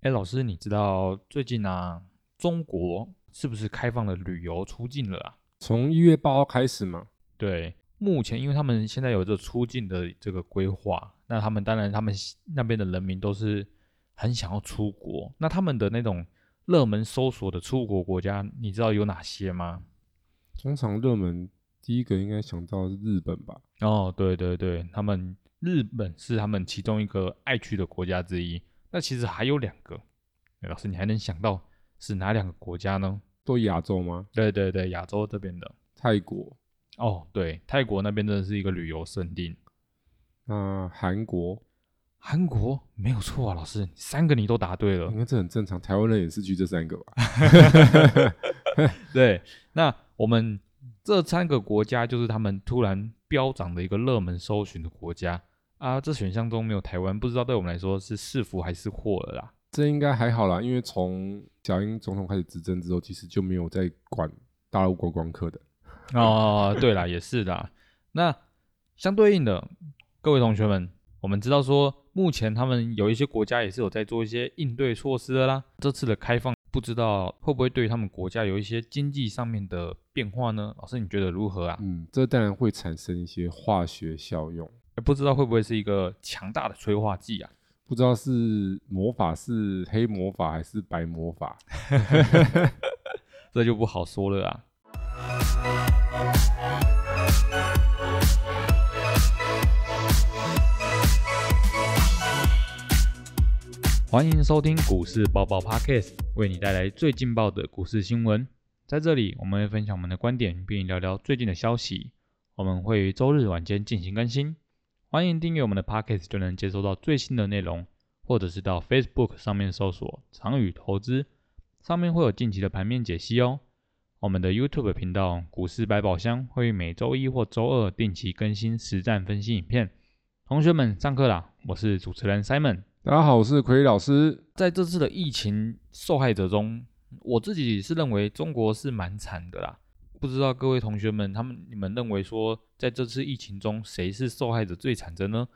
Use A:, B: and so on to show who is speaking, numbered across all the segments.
A: 哎，老师，你知道最近啊，中国是不是开放了旅游出境了啊？
B: 从一月八号开始嘛，
A: 对，目前因为他们现在有这出境的这个规划，那他们当然他们西那边的人民都是很想要出国，那他们的那种热门搜索的出国国家，你知道有哪些吗？
B: 通常热门第一个应该想到是日本吧？
A: 哦，对对对，他们日本是他们其中一个爱去的国家之一。那其实还有两个，哎老师，你还能想到是哪两个国家呢？
B: 都亚洲吗？
A: 对对对，亚洲这边的。
B: 泰国、
A: 哦，对，泰国那边真的是一个旅游胜地。
B: 那韩国，
A: 韩国没有错啊，老师，三个你都答对了
B: 应。该这很正常，台湾人也是去这三个吧？
A: 对，那我们这三个国家就是他们突然飙涨的一个热门搜寻的国家啊。这选项中没有台湾，不知道对我们来说是是福还是祸了啦。
B: 这应该还好啦，因为从小英总统开始执政之后，其实就没有再管大陆观光客的。
A: 哦，对啦，也是啦。那相对应的，各位同学们，我们知道说，目前他们有一些国家也是有在做一些应对措施的啦。这次的开放，不知道会不会对他们国家有一些经济上面的变化呢？老师，你觉得如何啊？
B: 嗯，这当然会产生一些化学效用，
A: 不知道会不会是一个强大的催化剂啊？
B: 不知道是魔法是黑魔法还是白魔法？
A: 这就不好说了啊。欢迎收听股市爆爆 Podcast，为你带来最劲爆的股市新闻。在这里，我们会分享我们的观点，并聊聊最近的消息。我们会于周日晚间进行更新，欢迎订阅我们的 Podcast，就能接收到最新的内容，或者是到 Facebook 上面搜索“长宇投资”，上面会有近期的盘面解析哦。我们的 YouTube 频道“股市百宝箱”会于每周一或周二定期更新实战分析影片。同学们，上课啦！我是主持人 Simon。
B: 大家好，我是奎老师。
A: 在这次的疫情受害者中，我自己是认为中国是蛮惨的啦。不知道各位同学们，他们你们认为说，在这次疫情中，谁是受害者最惨的呢？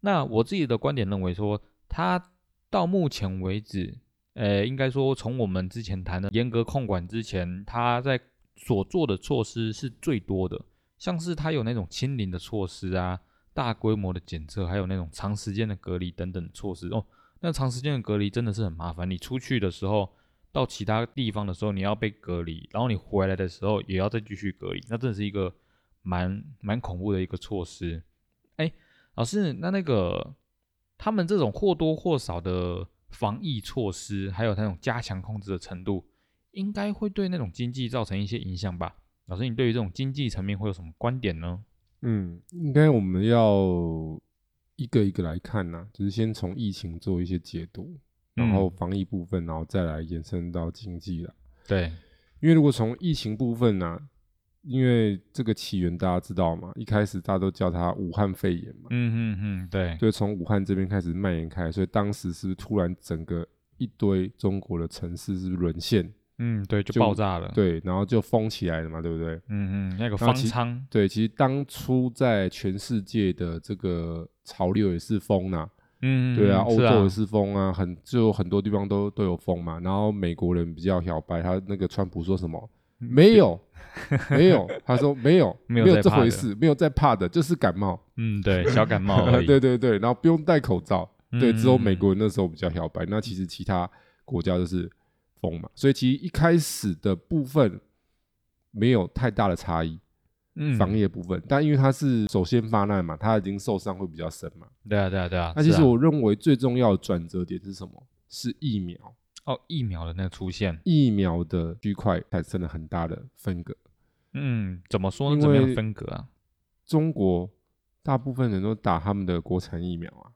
A: 那我自己的观点认为说，他到目前为止，呃，应该说从我们之前谈的严格控管之前，他在所做的措施是最多的，像是他有那种清零的措施啊，大规模的检测，还有那种长时间的隔离等等措施哦。那长时间的隔离真的是很麻烦。你出去的时候，到其他地方的时候，你要被隔离，然后你回来的时候也要再继续隔离，那真的是一个蛮蛮恐怖的一个措施。哎，老师，那那个他们这种或多或少的防疫措施，还有那种加强控制的程度，应该会对那种经济造成一些影响吧？老师，你对于这种经济层面会有什么观点呢？
B: 嗯，应该我们要一个一个来看呐、就是先从疫情做一些解读，然后
A: 嗯
B: 防疫部分，然后再来延伸到经济啦。
A: 对，
B: 因为如果从疫情部分呢、因为这个起源大家知道嘛，一开始大家都叫它武汉肺炎嘛，
A: 嗯嗯嗯，对，
B: 就从武汉这边开始蔓延开来，所以当时是不是突然整个一堆中国的城市是不是沦陷？
A: 嗯对，就
B: 就
A: 爆炸了，，
B: 对，然后就封起来了嘛，对不对？
A: 嗯嗯，那个
B: 后
A: 方
B: 其
A: 舱，
B: 对，其实当初在全世界的这个潮流也是封呐、
A: 嗯，
B: 对啊，
A: 嗯
B: 欧
A: 是
B: 洲也是封啊，很就很多地方都都有封嘛。然后美国人比较小白，他那个川普说什么？没有，没有，他说没有，
A: 嗯没有
B: 有
A: 在
B: 这
A: 怕
B: 回
A: 的
B: 事，没有在怕的，就是感冒，
A: 嗯，对，小感冒而已。
B: 对对对，然后不用戴口罩，
A: 嗯，
B: 对，只有
A: 嗯
B: 美国人那时候比较小白，那其实其他国家就是封嘛，所以其实一开始的部分没有太大的差异，
A: 嗯
B: 防疫的部分，但因为他是首先发难嘛，他已经受伤会比较深嘛。
A: 对啊，对啊，对啊。
B: 那其
A: 是
B: 实
A: 啊
B: 我认为最重要的转折点是什么？是疫苗，
A: 哦，疫苗的那个出现，
B: 疫苗的区块产生了很大的分隔。
A: 嗯，怎么说呢？
B: 因
A: 怎么样
B: 为
A: 分隔啊？
B: 中国大部分人都打他们的国产疫苗啊，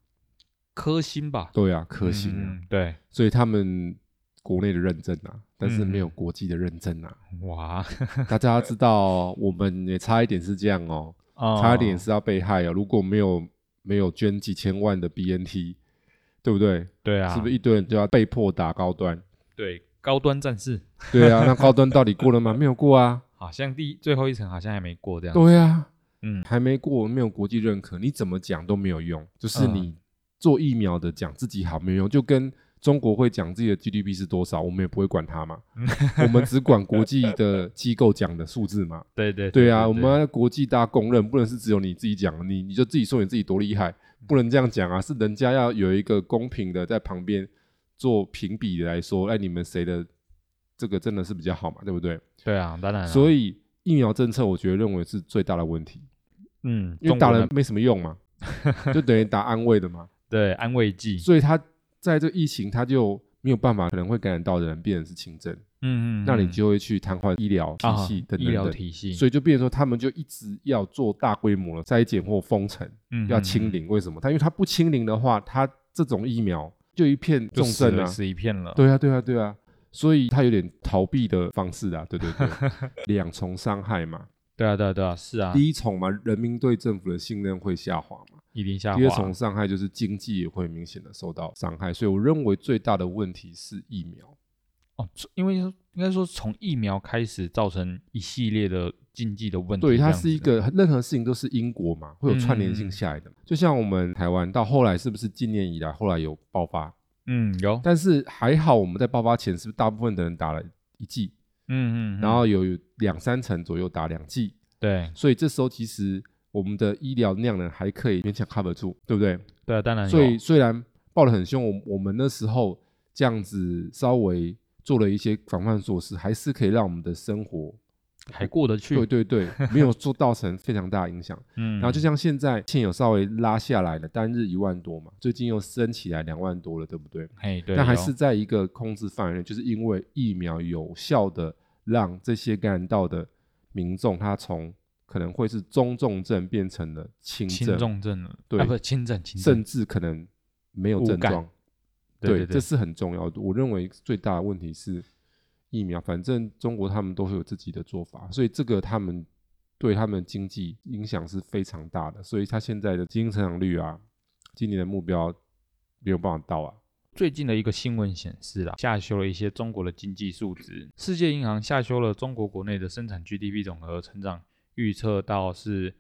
A: 科兴吧，
B: 对啊，可惜啊，
A: 嗯，对，
B: 所以他们国内的认证啊，但是没有
A: 嗯
B: 国际的认证啊。
A: 哇，
B: 大家知道，我们也差一点是这样哦，
A: 哦
B: 差一点是要被害哦。如果没有没有捐几千万的 BNT，对不对？
A: 对啊，
B: 是不是一堆人就要被迫打高端？
A: 对高端战士，
B: 对啊，那高端到底过了吗？没有过啊。
A: 好像第最后一层好像还没过这样。
B: 对啊，
A: 嗯，
B: 还没过，没有国际认可，你怎么讲都没有用。就是
A: 嗯
B: 你做疫苗的讲自己好没有用，就跟中国会讲自己的 GDP 是多少，我们也不会管它嘛，
A: 嗯
B: 我们只管国际的机构讲的数字嘛。
A: 对 对
B: 对啊，我们要国际大家公认，不能是只有你自己讲，你你就自己说你自己多厉害，
A: 嗯
B: 不能这样讲啊，是人家要有一个公平的在旁边做评比来说，哎，你们谁的这个真的是比较好嘛，对不对？
A: 对啊，当然啊，
B: 所
A: 以
B: 以疫苗政策，我觉得认为是最大的问题，
A: 嗯，
B: 因为
A: 中
B: 打
A: 国
B: 了
A: 人
B: 没什么用嘛，就等于打安慰的 嘛，
A: 对安慰剂，
B: 所以他在这疫情他就没有办法，可能会感染到的人变成是轻症，
A: 嗯嗯，
B: 那你
A: 嗯
B: 就会去瘫痪医疗体
A: 啊
B: 系等
A: 医
B: 等
A: 疗
B: 等。
A: 体系，
B: 所以就变成说，他们就一直要做大规模的筛检或封城，
A: 以
B: 要清零。为什么？他因为他不清零的话，他这种疫苗就一片重症啊。
A: 死一片了。
B: 对啊，对啊，对啊。所以他有点逃避的方式啊，对对 对，两重伤害嘛。
A: 对啊，对啊，对啊，是啊，
B: 第一重嘛，人民对政府的信任会下滑嘛。
A: 一定下滑。
B: 第二重伤害就是经济也会明显的受到伤害。所以我认为最大的问题是疫苗。
A: 哦，因为应该说从疫苗开始造成一系列的经济的问题。
B: 对，
A: 嗯
B: 它
A: 这样
B: 是一
A: 子嗯
B: 个任何事情都是因果嘛，会有串联性下来的。就像我们台湾到后来是不是今年以来后来有爆发？
A: 嗯有
B: 但是还好我们在爆发前是不是大部分的人打了一剂，
A: 嗯嗯，嗯
B: 然后有两三成左右打两剂，
A: 对
B: 所以这时候其实我们的医疗量呢还可以勉强 cover 住，对不对？
A: 对啊，当然有
B: 所以虽然爆得很凶，我我们那时候这样子稍微做了一些防范措施，还是可以让我们的生活，
A: 还过得去。
B: 对对 对，没有做造成非常大的影响。
A: 嗯，
B: 然后就像现在，现有稍微拉下来了，单日一万多嘛，最近又升起来两万多了，对不对？
A: 嘿对，哦
B: 但还
A: 有
B: 是在一个控制范围内，就是因为疫苗有效的让这些感染到的民众，他从可能会是中重症变成了轻
A: 轻
B: 症，
A: 重症了，
B: 对
A: 啊不轻症轻症
B: 甚，至可能没有
A: 无
B: 症
A: 感
B: 状。
A: 对对
B: 这是很重要的。我认为最大的问题是疫苗，反正中国他们都会有自己的做法，所以这个他们对他们经济影响是非常大的。所以他现在的经济成长率啊，今年的目标没有办法到啊。
A: 最近的一个新闻显示啦，下修了一些中国的经济数值。世界银行下修了中国国内的生产 GDP 总和成长预测到是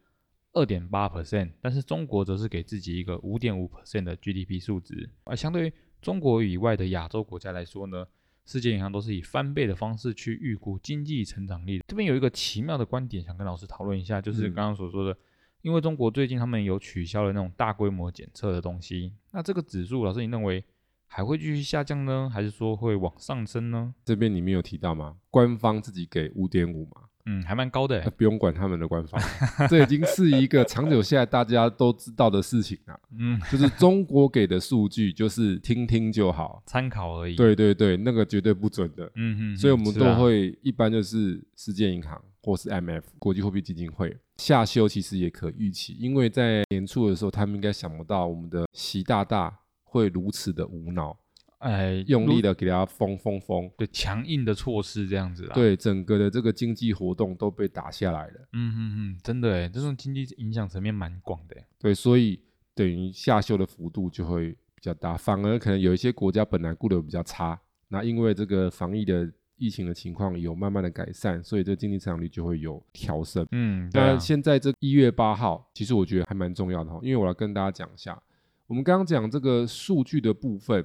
A: 二点八 percent，但是中国则是给自己一个五点五 percent 的 GDP 数值。而相对于中国以外的亚洲国家来说呢，世界银行都是以翻倍的方式去预估经济成长力。这边有一个奇妙的观点，想跟老师讨论一下，就是
B: 嗯
A: 刚刚所说的，因为中国最近他们有取消了那种大规模检测的东西，那这个指数，老师你认为还会继续下降呢，还是说会往上升呢？
B: 这边你没有提到吗？官方自己给五点五嘛，
A: 嗯，还蛮高的
B: 那
A: 欸，
B: 不用管他们的官方， 这已经是一个长久下来大家都知道的事情啊。
A: 嗯，
B: 就是中国给的数据，就是听听就好。
A: 参考而已。，
B: 对对对，那个绝对不准的。
A: 嗯嗯，
B: 所以我们
A: 是
B: 都
A: 啊，
B: 会一般就是世界银行或是 MF 国际货币基金会下修，其实也可预期，因为在年初的时候，他们应该想不到我们的习大大会如此的无脑，
A: 哎，
B: 用力
A: 的
B: 的给他封封封，
A: 对强硬的措施这样子啦。，
B: 对整个的这个经济活动都被打下来了，
A: 嗯嗯嗯，真的哎，这种经济影响层面蛮广的欸。
B: 对，所以等于下修的幅度就会比较大，反而可能有一些国家本来顾得比较差，那因为这个防疫的疫情的情况有慢慢的改善，所以这经济成长率就会有调升。
A: 嗯，对
B: 那
A: 啊，
B: 现在这一月八号，其实我觉得还蛮重要的哈，因为我来跟大家讲一下，我们刚刚讲这个数据的部分，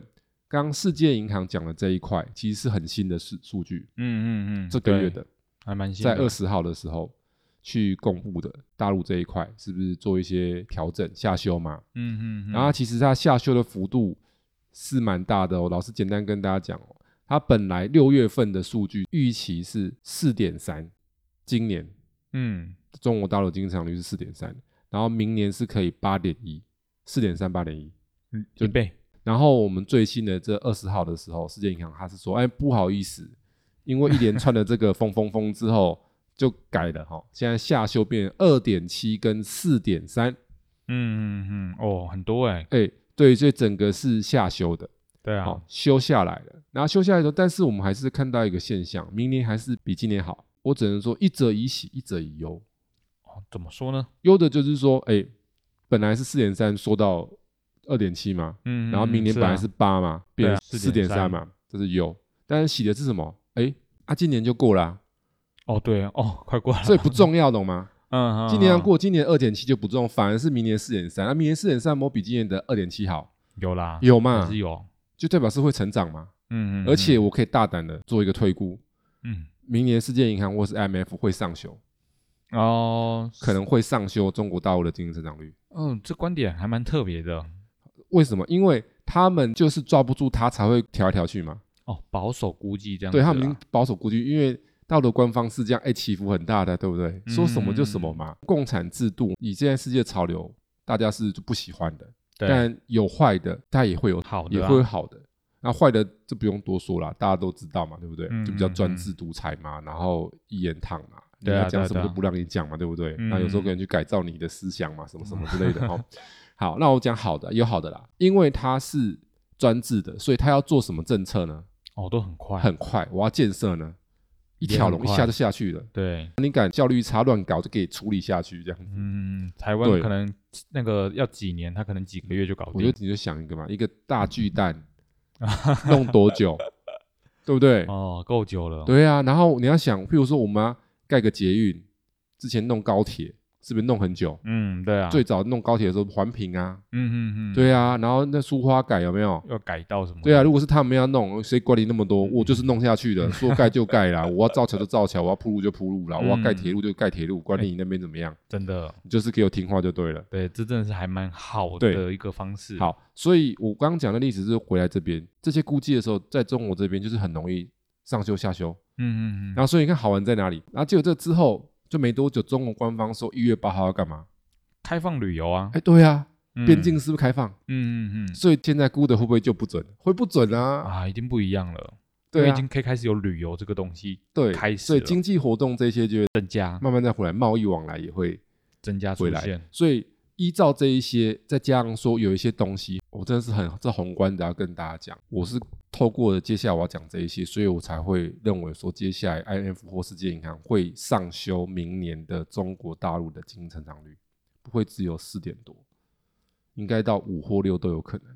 B: 刚刚世界银行讲的这一块，其实是很新的数数据，
A: 嗯嗯嗯，
B: 这个月
A: 对
B: 的，
A: 还蛮新
B: 在
A: 的，
B: 二十号的时候去公布的，大陆这一块是不是做一些调整下修嘛？
A: 嗯嗯，
B: 然后其实它下修的幅度是蛮大的哦。老师简单跟大家讲哦，它本来六月份的数据预期是四点三，今年
A: 嗯
B: 中国大陆经济成长率是四点三，然后明年是可以八点一，四点三八点一。
A: 嗯一倍，
B: 然后我们最新的这二十号的时候，世界银行它是说，哎，不好意思，因为一连串的这个风风风之后就改了哈、现在下修变二点七跟四点三，
A: 嗯嗯嗯，哦，很多哎，
B: 哎，对，所以整个是下修的，
A: 对啊
B: 好、，修下来了。然后修下来之后，但是我们还是看到一个现象，明年还是比今年好。我只能说一者以喜，一者以忧。
A: 哦怎么说呢？
B: 忧的就是说，哎、本来是四点三缩到二点七嘛，
A: 嗯，
B: 然后明年本来
A: 是
B: 是
A: 啊
B: 八嘛，变
A: 对啊
B: 四点
A: 4.3
B: 三嘛，这是忧。但是喜的是什么？哎、啊，今年就过啦、
A: 哦对哦，快过了，
B: 所以不重要，懂吗？
A: 嗯，嗯
B: 今年要
A: 嗯
B: 过，今年二点七就不重，啊反而是明年四点三。那明年四点三，我比今年的二点七好，
A: 有啦，
B: 有
A: 还
B: 嘛
A: 是？有，
B: 就代表是会成长嘛。
A: 嗯嗯，
B: 而且我可以大胆的做一个退估，
A: 嗯
B: 明年世界银行或是 IMF 会上修，
A: 嗯哦，
B: 可能会上修中国大陆的经济增长率。
A: 嗯，这观点还蛮特别的
B: 为什么？因为他们就是抓不住它，才会调来调去嘛。
A: 哦，保守估计这样子
B: 对
A: 啦，
B: 他们已经保守估计，因为大陆的官方是这样，哎，起伏很大的，对不对？说什么就什么嘛。共产制度以现在世界潮流，大家是就不喜欢的，
A: 对
B: 但有坏的，它也会有
A: 好
B: 也
A: 的啊
B: 会有好的。那坏的就不用多说啦，大家都知道嘛，对不对？
A: 嗯
B: 就比较
A: 嗯
B: 专
A: 嗯
B: 制独裁嘛，然后一言堂嘛，
A: 对啊
B: 你要讲
A: 对啊
B: 什么
A: 对啊
B: 都不让你讲嘛，对不对？
A: 嗯
B: 那有时候可能去改造你的思想嘛，什么什么之类 的哦。好，那我讲好的，有好的啦，因为它是专制的，所以它要做什么政策呢？
A: 哦都很快，
B: 很快，我要建设呢，一条龙
A: 也
B: 一
A: 很快
B: 下就下去了。
A: 对，
B: 你敢效率差乱搞，就给你处理下去这样子。
A: 嗯，台湾
B: 对
A: 可能那个要几年，他可能几个月就搞
B: 我就
A: 定，
B: 你就想一个嘛，一个大 巨蛋弄多久，对不对？
A: 哦，够久了，
B: 对啊，然后你要想，譬如说我们要盖个捷运，之前弄高铁是不是弄很久？
A: 嗯，对啊，
B: 最早弄高铁的时候环评啊，
A: 嗯嗯嗯，，嗯
B: 对啊，然后那苏花改有没有？
A: 要改到什么？
B: 对啊，如果是他们要弄，谁管你那么多？我就是弄下去的，说盖就盖啦， 我要造桥就造桥，我要铺路就铺路啦，
A: 嗯
B: 我要盖铁路就盖铁路，管你那边怎么样，
A: 真的，
B: 你就是给我听话就对了。
A: 对，这真的是还蛮好的
B: 对
A: 一个方式。，
B: 好，所以我刚刚讲的例子是回来这边，这些估计的时候，在中国这边就是很容易上修下修，
A: 嗯嗯嗯，
B: 然后所以你看好玩在哪里？然后结果这之后就没多久，中国官方说一月八号要干嘛？
A: 开放旅游啊，
B: 哎，对啊，
A: 嗯
B: 边境，是不是开放？
A: 嗯嗯嗯，
B: 所以现在估的会不会就不准？会不准啊？
A: 啊，一定不一样了，因
B: 对
A: 为已
B: 啊
A: 经，可以开始有旅游这个东西
B: 对，
A: 开始
B: 所以
A: 了，
B: 经济活动这些就会
A: 增加
B: 慢慢再回来，贸易往来也会
A: 增加出
B: 回来
A: 现。。
B: 所以依照这一些，再加上说有一些东西，我真的是很这宏观的要跟大家讲，我是透过接下来我要讲这一些，所以我才会认为说，接下来 IMF 或世界银行会上修明年的中国大陆的经济成长率，不会只有四点多，应该到五或六都有可能。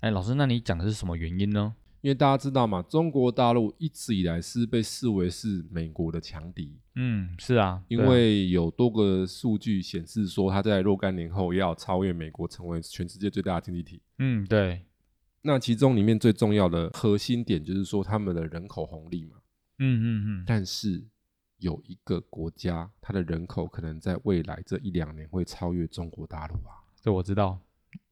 A: 哎，老师，那你讲的是什么原因呢？
B: 因为大家知道嘛，中国大陆一直以来是被视为是美国的强敌，
A: 嗯，是啊，
B: 因
A: 对啊
B: 为有多个数据显示说，它在若干年后要超越美国，成为全世界最大的经济体。
A: 嗯，对，
B: 那其中里面最重要的核心点就是说，他们的人口红利嘛。
A: 嗯嗯嗯，
B: 但是有一个国家，它的人口可能在未来这一两年会超越中国大陆啊，
A: 这我知道，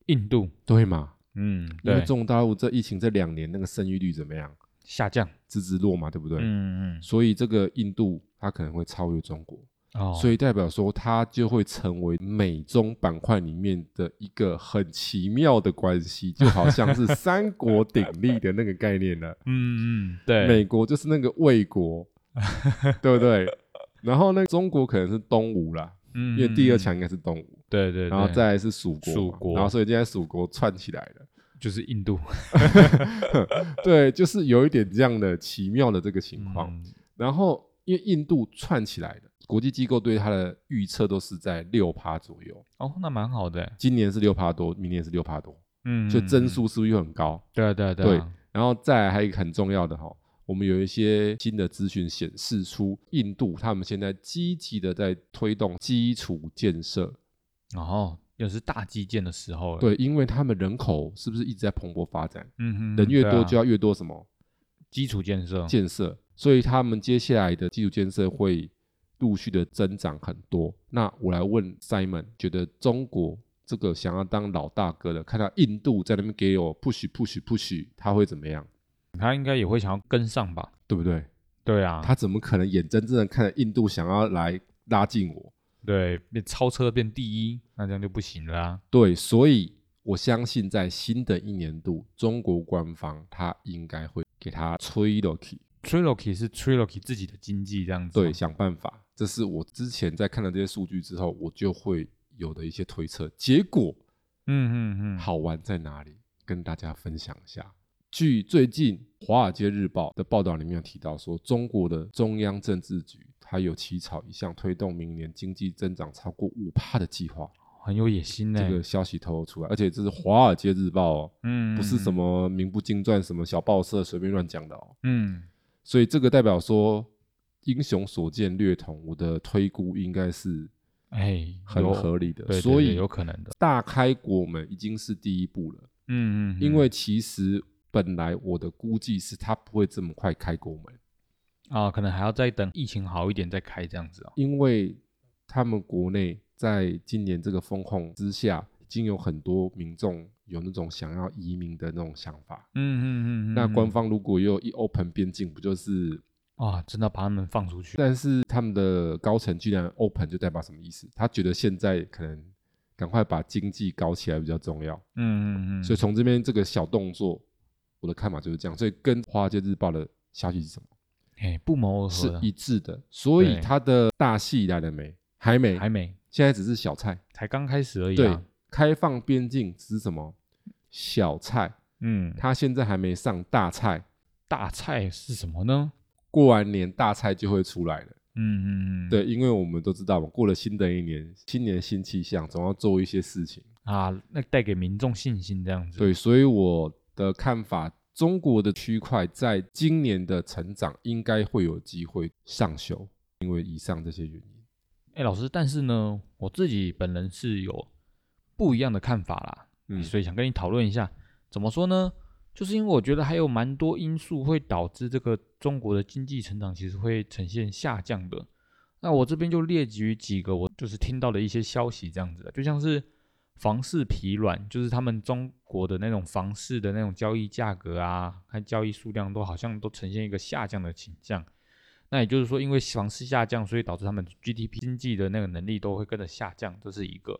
A: 印度，
B: 对嘛？
A: 嗯，
B: 因为
A: 对，
B: 中国大陆这疫情这两年那个生育率怎么样，
A: 下降，
B: 直直落嘛，对不对？
A: 嗯嗯
B: 所以这个印度它可能会超越中国。
A: 嗯，哦，
B: 所
A: 以
B: 以代表说它就会成为美中板块里面的一个很奇妙的关系，就好像是三国鼎立的那个概念了。
A: 嗯嗯， 对，
B: 美国就是那个魏 国，对不对？然后那个中国可能是东吴啦，
A: 因
B: 因为第二，强应该是东吴，
A: 嗯对对，
B: 然后
A: 对
B: 再来是蜀国嘛，
A: 蜀国
B: 然后所以现在蜀国串起来了。
A: 就是印度
B: 对，就是有一点这样的奇妙的这个情况。
A: 嗯
B: 然后因为印度串起来的，国际机构对它的预测都是在六趴左右。
A: 哦，那蛮好的，
B: 今年是六趴多，明年是六趴多，
A: 嗯，
B: 所以增
A: 嗯，
B: 速是不是又很高？
A: 对对
B: 对
A: 啊
B: 然后再来还有一个很重要的哈，我们有一些新的资讯显示出，印度他们现在积极的在推动基础建设，
A: 哦，又是大基建的时候了，
B: 对，因为他们人口是不是一直在蓬勃发展？
A: 嗯，嗯嗯，
B: 人越
A: 对
B: 多
A: 啊
B: 就要越多什么
A: 基础建设，
B: 建设，所以他们接下来的基础建设会陆续的增长很多。那我来问 Simon，觉得中国这个想要当老大哥的，看到印度在那边给我 push push push，他会怎么样？
A: 他应该也会想要跟上吧？
B: 对不对？
A: 对啊，
B: 他怎么可能眼睁睁的看着印度想要来拉近我？
A: 对变超车变第一，那这样就不行了啊。
B: 对，所以我相信在新的一年度，中国官方他应该会给他吹落去，
A: Trilogy 是 Trilogy 自己的经济这样子，
B: 对，，想办法。这是我之前在看了这些数据之后，我就会有的一些推测。结果
A: 嗯嗯嗯，
B: 好玩在哪里？跟大家分享一下。据最近《华尔街日报》的报道里面有提到说，中国的中央政治局它有起草一项推动明年经济增长超过五帕的计划。
A: 很有野心呢、
B: 这个消息透露出来，而且这是《华尔街日报》哦，
A: 嗯，
B: 不是什，么名不经传、什么小报社随便乱讲的哦。
A: 嗯，
B: 所以这个代表说，英雄所见略同，我的推估应该是
A: 哎，
B: 很
A: 有
B: 合理的。
A: 对对
B: 所
A: 对
B: 以
A: 有可能的，
B: 大开国门已经是第一步了，
A: 嗯嗯，嗯
B: 因为其实本来我的估计是它不会这么快开国门，
A: 啊，可能还要再等疫情好一点再开这样子哦。
B: 因为他们国内在今年这个风控之下，已经有很多民众有那种想要移民的那种想法。
A: 嗯嗯嗯嗯，
B: 那
A: 嗯
B: 官方如果又一 open 边境，不就是？
A: 啊，真的把他们放出去，
B: 但是他们的高层居然 open，就代表什么意思？他觉得现在可能赶快把经济搞起来比较重要。
A: 嗯嗯嗯，
B: 所以从这边这个小动作，我的看法就是这样。所以跟《华尔街日报》的消息是什么
A: 哎，不谋而合
B: 是
A: 的，
B: 一致的，所以
A: 对
B: 它的大戏来了没？还没，
A: 还没，
B: 现在只是小菜。
A: 才刚开始而已
B: 对
A: 啊。，
B: 开放边境只是什么小菜，
A: 嗯，
B: 它现在还没上大菜，
A: 大菜是什么呢？
B: 过完年大菜就会出来了。
A: 嗯嗯嗯，
B: 对，因为我们都知道嘛，过了新的一年，新年新气象，总要做一些事情。
A: 啊，那带给民众信心这样子。
B: 对，所以我的看法，中国的区块在今年的成长应该会有机会上修，因为以上这些原因。
A: 哎，老师，但是呢，我自己本人是有不一样的看法啦，
B: 嗯
A: 所以想跟你讨论一下，怎么说呢？就是因为我觉得还有蛮多因素会导致这个中国的经济成长其实会呈现下降的。那我这边就列举几个我就是听到的一些消息，这样子的，啊就像是房市疲软，就是他们中国的那种房市的那种交易价格啊，和交易数量都好像都呈现一个下降的倾向。那也就是说，因为房市下降，所以导致他们 GDP 经济的那个能力都会跟着下降，这是一个。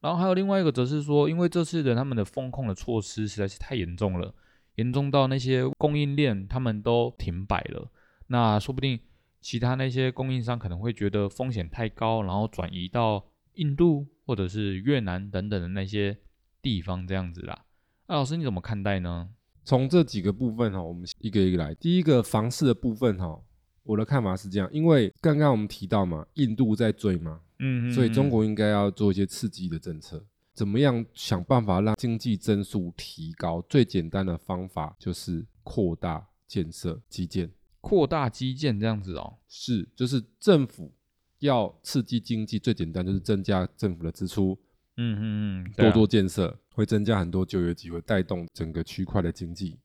A: 然后还有另外一个，则是说，因为这次的他们的风控的措施实在是太严重了，严重到那些供应链他们都停摆了。那说不定其他那些供应商可能会觉得风险太高，然后转移到印度或者是越南等等的那些地方这样子啦。那、老师你怎么看待呢？
B: 从这几个部分哈，我们一个一个来。第一个房市的部分哈，我的看法是这样，因为刚刚我们提到嘛，印度在追嘛，
A: 嗯
B: 所以中国应该要做一些刺激的政策。怎么样想办法让经济增速提高？最简单的方法就是扩大建设基建。
A: 扩大基建这样子哦，
B: 是，就是政府要刺激经济，最简单就是增加政府的支出，
A: 嗯嗯嗯，对
B: 多
A: 啊
B: 多建设，会增加很多就业机会，带动整个区块的经济。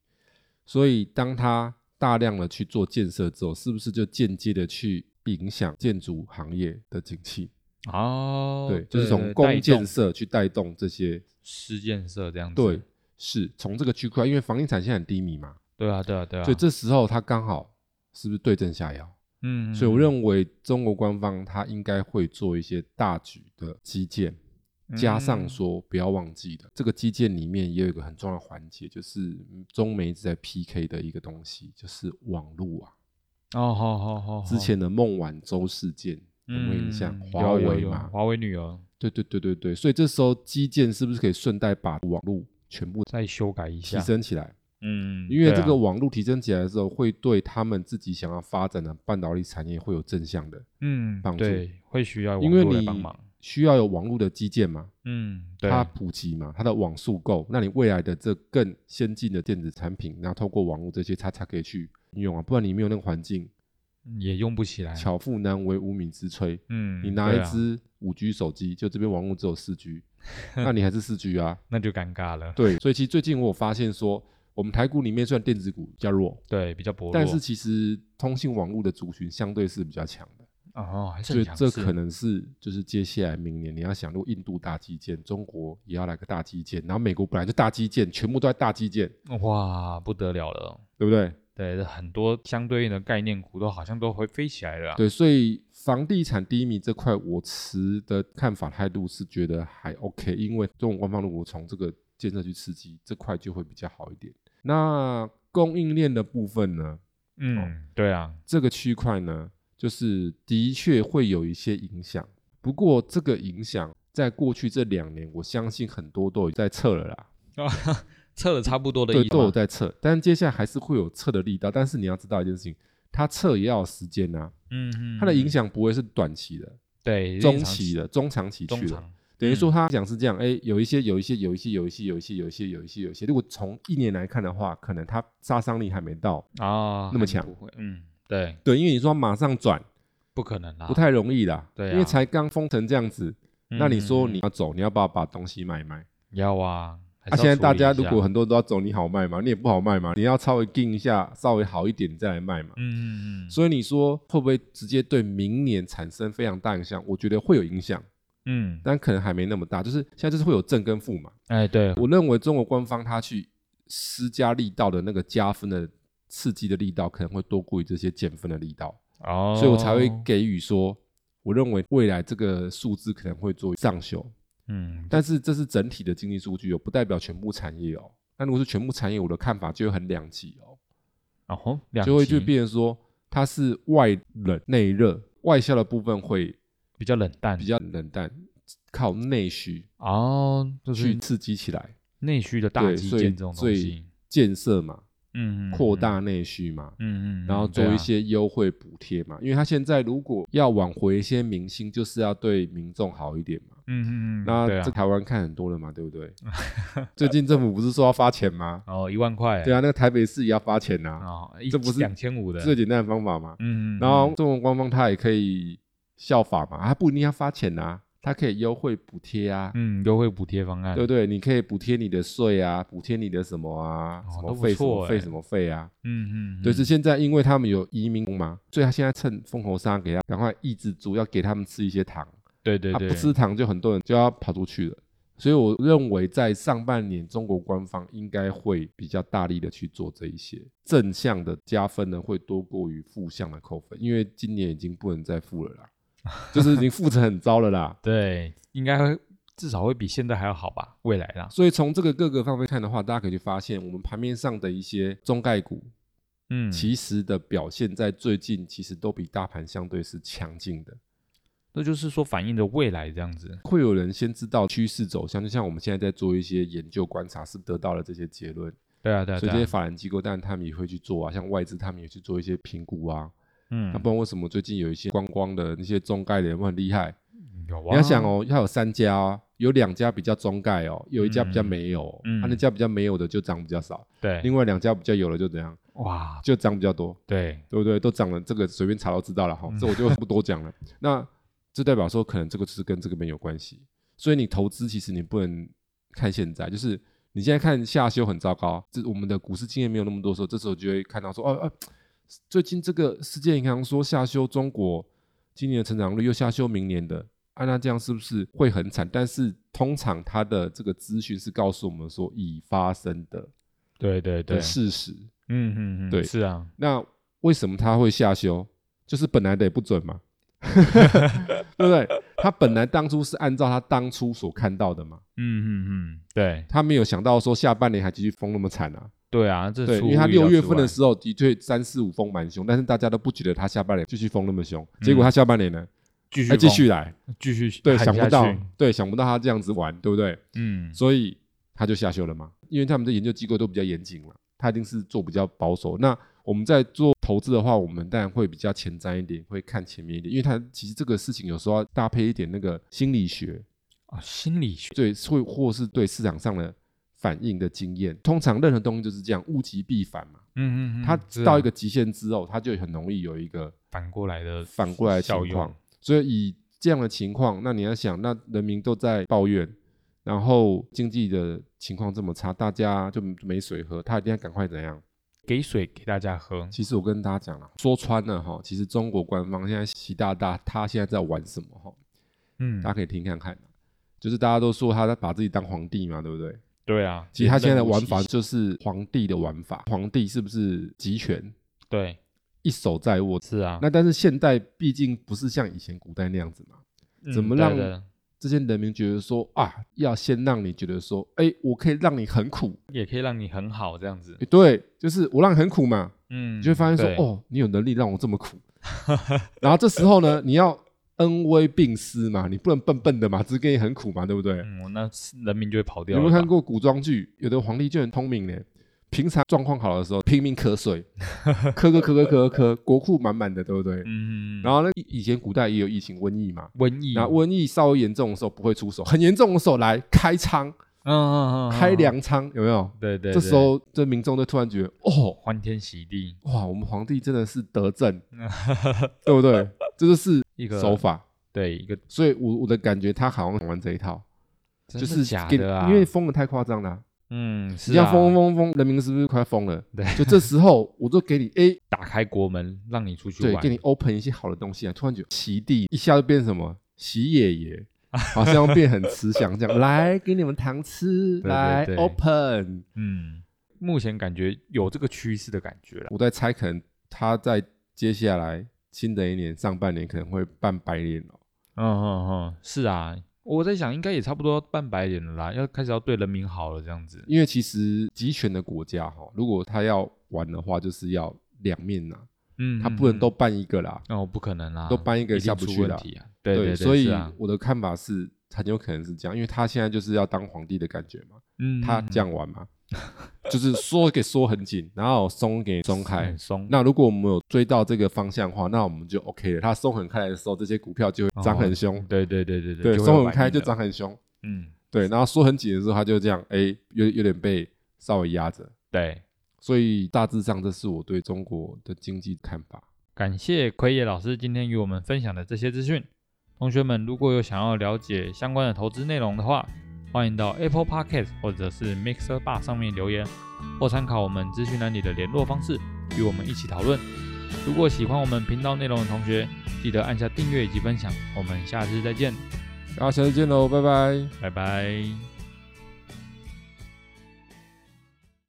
B: 所以，当他大量的去做建设之后，是不是就间接的去影响建筑行业的景气？
A: 哦，
B: 对，就是从
A: 带
B: 供
A: 动
B: 建设去带动这些。
A: 施建设这样子。
B: 对，是从这个区块，因为房地产现在很低迷嘛，
A: 对啊，对啊，对啊。
B: 所以这时候它刚好是不是对症下药？
A: 嗯，嗯
B: 所以我认为中国官方它应该会做一些大举的基建，
A: 嗯
B: 加上说不要忘记的，这个基建里面也有一个很重要的环节，就是中媒一直在 PK 的一个东西，就是网络啊。
A: 哦，好好好，好
B: 之前的孟晚舟事件有没有印象？
A: 嗯
B: 华
A: 有有
B: 为
A: 有
B: 嘛，
A: 华为女儿
B: 对对对对对，所以这时候基建是不是可以顺带把网络全部
A: 再修改一
B: 提
A: 下，
B: 升起来？
A: 嗯，
B: 因为
A: 对
B: 这
A: 啊
B: 个，网络提升起来的时候，会对他们自己想要发展的半导体产业会有正向的，
A: 嗯，
B: 帮助
A: 对，会需要
B: 因
A: 网
B: 为
A: 络来
B: 你
A: 帮忙，
B: 需要有网络的基建嘛，
A: 嗯，对，
B: 它普及嘛，它的网速够，那你未来的这更先进的电子产品，然后透过网络这些，它才可以去应用啊，不然你没有那个环境，
A: 也用不起来，
B: 巧妇难为无米之炊。
A: 嗯，
B: 你拿
A: 哎 对
B: 一
A: 啊，
B: 支五 G 手机，就这边网络只有 四 G，那你还是四 G 啊？
A: 那就尴尬了，
B: 对，所以其实最近我有发现说，我们台股里面虽然电子股比较弱，
A: 对，比较薄弱，
B: 但是其实通信网络的族群相对是比较强的。
A: 哦，还是
B: 所
A: 很
B: 以
A: 强
B: 这
A: 势
B: 可能是就是接下来明年你要想，如果印度大基建，中国也要来个大基建，然后美国本来就大基建，全部都在大基建，
A: 哇，不得了了。
B: 对不对？
A: 对，很多相对应的概念股都好像都会飞起来了啊。
B: 对，所以房地产低迷这块，我持的看法态度是觉得还 OK，因为中国官方如果从这个建设去刺激这块就会比较好一点。那供应链的部分呢，哦
A: 嗯，对啊，
B: 这个区块呢，就是的确会有一些影响，不过这个影响在过去这两年，我相信很多都有在测了啦。
A: 测了差不多的
B: 对，
A: 意思
B: 都有
A: 吗，
B: 在测，但接下来还是会有测的力道。但是你要知道一件事情，它测也要有时间呐、
A: 嗯嗯，
B: 它的影
A: 响
B: 响不会是短期的、
A: 对
B: 中
A: 长
B: 期的、中长期
A: 中
B: 去的。
A: 长，嗯
B: 等于说它讲是这样，哎，有一些、有一些、有一些、有一些、有一些、有一些、有一些、有一些。如果从一年来看的话，可能它杀伤力还没到。
A: 啊，
B: 那么
A: 还
B: 强
A: 不会，嗯，对，
B: 对，因为你说马上转
A: 不可能啦，
B: 不太容易啦，
A: 对啊
B: 因为才刚封成这样子，
A: 嗯，
B: 那你说
A: 嗯
B: 你要走，你要不要把东西买一卖？
A: 要啊，还
B: 那、
A: 是要
B: 现在大
A: 处理一
B: 家如
A: 下
B: 果很多人都要走你好卖嘛，你也不好卖嘛，你要稍微定一下，稍微好一点你再来卖嘛。
A: 嗯嗯嗯，
B: 所以你说会不会直接对明年产生非常大影响？我觉得会有影响，
A: 嗯，
B: 但可能还没那么大。就是现在就是会有正跟负嘛。
A: 哎对，
B: 我认为中国官方他去施加力道的那个加分的刺激的力道，可能会多过于这些减分的力道，
A: 哦，
B: 所以我才会给予说，我认为未来这个数字可能会做上修。
A: 嗯
B: 但是这是整体的经济数据哦，不代表全部产业哦。那如果是全部产业，我的看法就会很两极哦，
A: 哦吼两
B: 就会就
A: 极
B: 变成说它是外冷内热，外销的部分会
A: 比较冷淡，
B: 比较冷淡，靠内需
A: 哦，就是
B: 去刺激起来，
A: 内需的大
B: 对，
A: 基
B: 所
A: 建
B: 以
A: 这种
B: 所
A: 东
B: 以
A: 西，
B: 建设嘛，
A: 嗯，嗯
B: 扩，大内需嘛，
A: 嗯嗯嗯，
B: 然后做
A: 对啊
B: 一，些优惠补贴嘛，因为他现在如果要挽回一些民心，就是要对民众好一点嘛。
A: 嗯嗯嗯，对
B: 那
A: 啊
B: 这，台湾看很多了嘛，对 不对？最近政府不是说要发钱吗？
A: 哦一万块，
B: 对啊，那个台北市也要发钱呐、
A: 哦，一
B: 这不是
A: 两千五的，
B: 最简单的方法嘛。
A: 嗯嗯，
B: 然后中国官方他也可以效法嘛，他不一定要发钱呐、他可以优惠补贴啊，
A: 嗯优惠补贴方案，
B: 对不对？你可以补贴你的税啊，补贴你的什么啊，
A: 哦
B: 什
A: 都
B: 么
A: 不
B: 费什
A: 错
B: 么
A: 欸
B: 费什么费啊。
A: 嗯嗯，嗯
B: 对，是现在因为他们有移民嘛，所以他现在趁风头上给他赶快抑制住，要给他们吃一些糖。
A: 对对
B: 他
A: 对，
B: 啊不吃糖，就很多人就要跑出去了。所以我认为，在上半年，中国官方应该会比较大力的去做这一些正向的加分呢，会多过于负向的扣分，因为今年已经不能再负了啦， 就是已经负成很糟了啦。
A: 对，应该会至少会比现在还要好吧？未来啦，
B: 所以从这个各个方面看的话，大家可以去发现，我们盘面上的一些中概股，
A: 嗯，
B: 其实的表现在最近其实都比大盘相对是强劲的。
A: 那就是说反映着未来这样子，
B: 会有人先知道趋势走向，就像我们现在在做一些研究观察，是得到了这些结论。
A: 对啊对啊
B: 所
A: 对
B: 以这些
A: 啊，
B: 法人机构，当然他们也会去做啊，像外资他们也去做一些评估啊。那
A: 嗯，
B: 不然为什么最近有一些观光的那些中概的人会很厉害？
A: 有啊，
B: 你要想，哦，要有三家、哦，有两家比较中概哦，有一家比较没有、哦，
A: 嗯嗯
B: 啊、那家比较没有的就涨比较少，
A: 对，
B: 另外两家比较有的就怎样，
A: 哇，
B: 就涨比较多，
A: 对，
B: 对不对？都涨了，这个随便查都知道了哈，这我就不多讲了。那这代表说，可能这个是跟这个没有关系，所以你投资其实你不能看现在，就是你现在看下修很糟糕，这我们的股市经验没有那么多的时候，这时候就会看到说，哦、啊、最近这个世界银行说下修中国今年的成长率，又下修明年的。啊，那这样是不是会很惨？但是通常它的这个资讯是告诉我们说已发生的
A: 对对对啊
B: 的，事实，
A: 嗯嗯嗯，
B: 对
A: 是啊，
B: 那为什么他会下修？就是本来的也不准嘛， 对不对？他本来当初是按照他当初所看到的嘛，
A: 嗯嗯嗯，对
B: 他没有想到说下半年还继续封那么惨啊。
A: 对啊，这
B: 对，
A: 出
B: 因为他
A: 乎意料
B: 六月
A: 之
B: 份的
A: 外
B: 时候的确三四五封蛮凶，但是大家都不觉得他下半年继续封那么凶，结果他下半年呢，
A: 嗯继续
B: 还呃继
A: 疯
B: 续来，
A: 继续
B: 对，
A: 喊
B: 想
A: 下
B: 不到
A: 去，
B: 对，想不到他这样子玩，对不对？
A: 嗯，
B: 所以他就下修了嘛。因为他们的研究机构都比较严谨嘛，他一定是做比较保守。那我们在做投资的话，我们当然会比较前瞻一点，会看前面一点，因为它其实这个事情有时候要搭配一点那个心理学，
A: 啊，心理学，
B: 对，会或是对市场上的反应的经验。通常任何东西就是这样，物极必反嘛。
A: 嗯嗯嗯，
B: 它
A: 知道
B: 到一个极限之后，它就很容易有一个
A: 反过来的
B: 反过来的
A: 效
B: 情
A: 用
B: 况，。所以以这样的情况，那你要想，那人民都在抱怨，然后经济的情况这么差，大家就没水喝，他一定要赶快怎样？
A: 给水给大家喝，
B: 其实我跟大家讲了，说穿了哈，其实中国官方现在习大大他现在在玩什么哈？
A: 嗯
B: 大，家可以听看看，就是大家都说他在把自己当皇帝嘛，对不对？
A: 对啊，
B: 其实他现在的
A: 任务
B: 玩
A: 其
B: 法就是皇帝的玩法，皇帝是不是集权
A: 对，
B: 一手在握？
A: 是啊，
B: 那但是现代毕竟不是像以前古代那样子嘛。
A: 嗯
B: 怎么
A: 对
B: 让
A: 的
B: 这些人民觉得说啊，要先让你觉得说，哎，我可以让你很苦，
A: 也可以让你很好这样子
B: 诶，对，就是我让你很苦嘛，
A: 嗯，
B: 你就会发现说，
A: 对，
B: 哦，你有能力让我这 么苦，然后这时候呢，你 要恩威并施嘛，你不能笨笨的嘛，只给你很苦嘛，对不对？
A: 嗯，那人民就会跑
B: 你
A: 掉
B: 有
A: 了
B: 没
A: 吧。
B: 有看过古装剧？有的皇帝就很聪明嘞，平常状况好的时候拼命瞌睡，磕磕磕磕 磕磕，国库满满的，对不对？
A: 嗯？嗯，
B: 然后呢，以以前古代也有疫情瘟疫嘛，
A: 瘟疫，
B: 然后瘟疫稍微严重的时候不会出手，很严重的时候来开仓。
A: 嗯嗯嗯，嗯
B: 开，粮仓有没有？
A: 对对，
B: 这
A: 对
B: 时候这民众就突然觉得，哦，
A: 欢天喜地，
B: 哇，我们皇帝真的是德 政，对不对？这就是
A: 一个
B: 手法。
A: 对一个
B: 所以我我的感觉，他好像玩这一套，
A: 真
B: 就
A: 的
B: 是
A: 假
B: 给
A: 的啊，
B: 因为封的太夸张了啊、
A: 嗯，是
B: 你要
A: 啊，
B: 疯疯疯，人民是不是快疯了？
A: 对，
B: 就这时候我就给你 A，
A: 打开国门让你出去
B: 对，
A: 玩，
B: 给你 open 一些好的东西啊，突然就席地一下就变什么席爷爷，好像变很慈 祥这样，来给你们糖吃，
A: 对
B: 来
A: 对
B: open。
A: 嗯，目前感觉有这个趋势的感觉了，
B: 我在猜，可能他在接下来新的一年上半年可能会办白脸哦。
A: 嗯嗯嗯，是啊，我在想应该也差不多要半白脸了啦，要开始要对人民好了这样子，
B: 因为其实集权的国家哈、如果他要玩的话，就是要两面呐、
A: 嗯，
B: 他不能都
A: 嗯
B: 办一个啦，
A: 嗯哦不可能啦，
B: 都搬一个
A: 一定
B: 下不
A: 出
B: 去
A: 问
B: 啦
A: 题啊，对对，
B: 所以
A: 是啊
B: 我的看法是，很有可能是这样，因为他现在就是要当皇帝的感觉嘛，
A: 嗯，
B: 他
A: 嗯
B: 这样玩嘛，就是缩给缩很紧，然后松给松开
A: 很。松，
B: 那如果我们有追到这个方向的话，那我们就 OK 了。他松很开来的时候，这些股票就会涨很凶，
A: 对对对哦对就
B: 对，
A: 会有
B: 松很
A: 反
B: 开
A: 应
B: 就
A: 了，
B: 涨很凶，
A: 嗯，
B: 对。然后缩很紧的时候，他就这样，哎、有有点被稍微压着。
A: 对。
B: 所以大致上，这是我对中国的经济看法。
A: 感谢奎野老师今天与我们分享的这些资讯。同学们如果有想要了解相关的投资内容的话，欢迎到 Apple Podcast 或者是 Mixer Bar 上面留言，或参考我们资讯栏里的联络方式，与我们一起讨论。如果喜欢我们频道内容的同学，记得按下订阅以及分享。我们下次再见，
B: 大家下次见喽，拜拜。
A: 拜拜。